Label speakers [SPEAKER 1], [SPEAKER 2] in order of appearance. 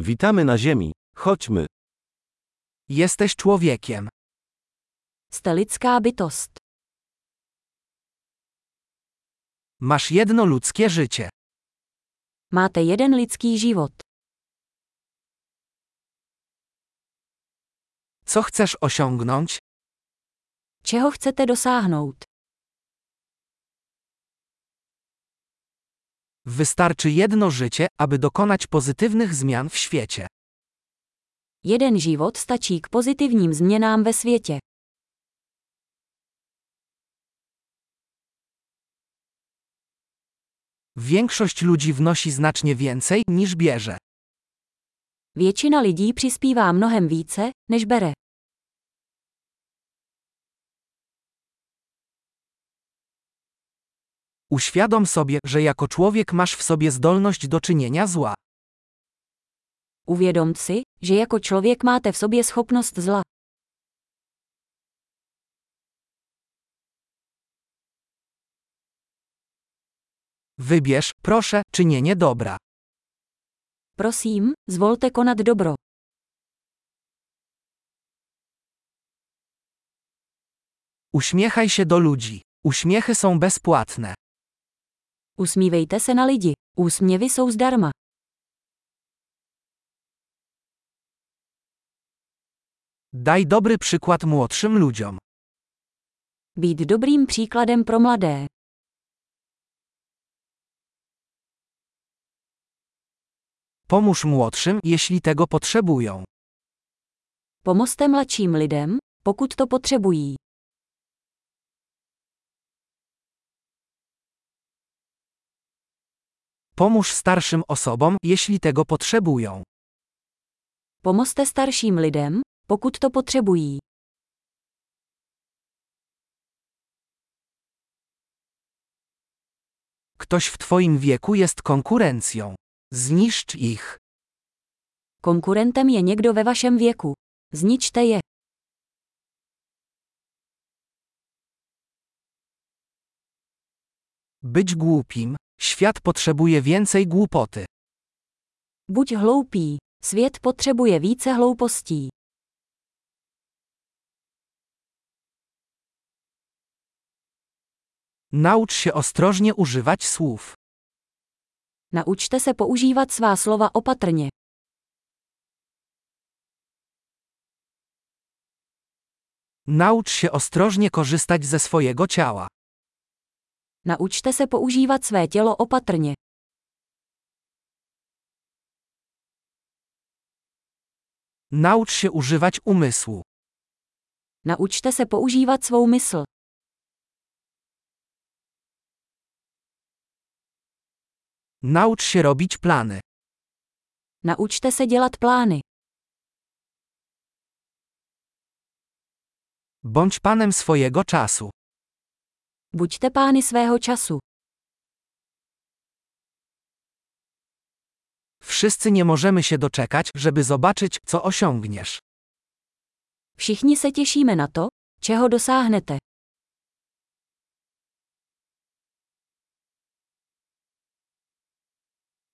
[SPEAKER 1] Witamy na Ziemi. Chodźmy.
[SPEAKER 2] Jesteś człowiekiem.
[SPEAKER 3] Jste lidská bytost.
[SPEAKER 2] Masz jedno ludzkie życie.
[SPEAKER 3] Máte jeden lidský život.
[SPEAKER 2] Co chcesz osiągnąć?
[SPEAKER 3] Čeho chcete dosáhnout?
[SPEAKER 2] Wystarczy jedno życie, aby dokonać pozytywnych zmian w świecie.
[SPEAKER 3] Jeden život stačí k pozitivním změnám ve světě.
[SPEAKER 2] Większość ludzi wnosi znacznie więcej niż bierze.
[SPEAKER 3] Většina lidí přispívá mnohem více, než bere.
[SPEAKER 2] Uświadom sobie, że jako człowiek masz w sobie zdolność do czynienia zła.
[SPEAKER 3] Uvědom si, že jako člověk máte v sobě schopnost zla.
[SPEAKER 2] Wybierz, proszę, czynienie dobra.
[SPEAKER 3] Prosím, zvolte konat dobro.
[SPEAKER 2] Uśmiechaj się do ludzi. Uśmiechy są bezpłatne.
[SPEAKER 3] Usmívejte se na lidi. Úsměvy jsou zdarma.
[SPEAKER 2] Daj dobry przykład młodszym ludziom.
[SPEAKER 3] Být dobrým příkladem pro mladé.
[SPEAKER 2] Pomóż młodszym, jeśli tego potrzebują.
[SPEAKER 3] Pomozte mladším lidem, pokud to potřebují.
[SPEAKER 2] Pomóż starszym osobom, jeśli tego potrzebują.
[SPEAKER 3] Pomozte starším lidem, pokud to potřebují.
[SPEAKER 2] Ktoś w Twoim wieku jest konkurencją. Zniszcz ich.
[SPEAKER 3] Konkurentem je někdo ve vašem věku. Zničte je.
[SPEAKER 2] Być głupim. Świat potrzebuje więcej głupoty.
[SPEAKER 3] Buď hloupý. Svět potřebuje více hloupostí.
[SPEAKER 2] Naucz się ostrożnie używać słów.
[SPEAKER 3] Naučte se používat svá slova opatrně.
[SPEAKER 2] Naucz się ostrożnie korzystać ze swojego ciała.
[SPEAKER 3] Naučte se používat své tělo opatrně.
[SPEAKER 2] Naucz się używać umysłu.
[SPEAKER 3] Naučte se používat svou mysl.
[SPEAKER 2] Naucz się robić plany.
[SPEAKER 3] Naučte se dělat plány.
[SPEAKER 2] Bądź panem swojego czasu.
[SPEAKER 3] Buďte pány svého času.
[SPEAKER 2] Wszyscy nie możemy się doczekać, żeby zobaczyć, co osiągniesz.
[SPEAKER 3] Všichni se těšíme na to, čeho dosáhnete.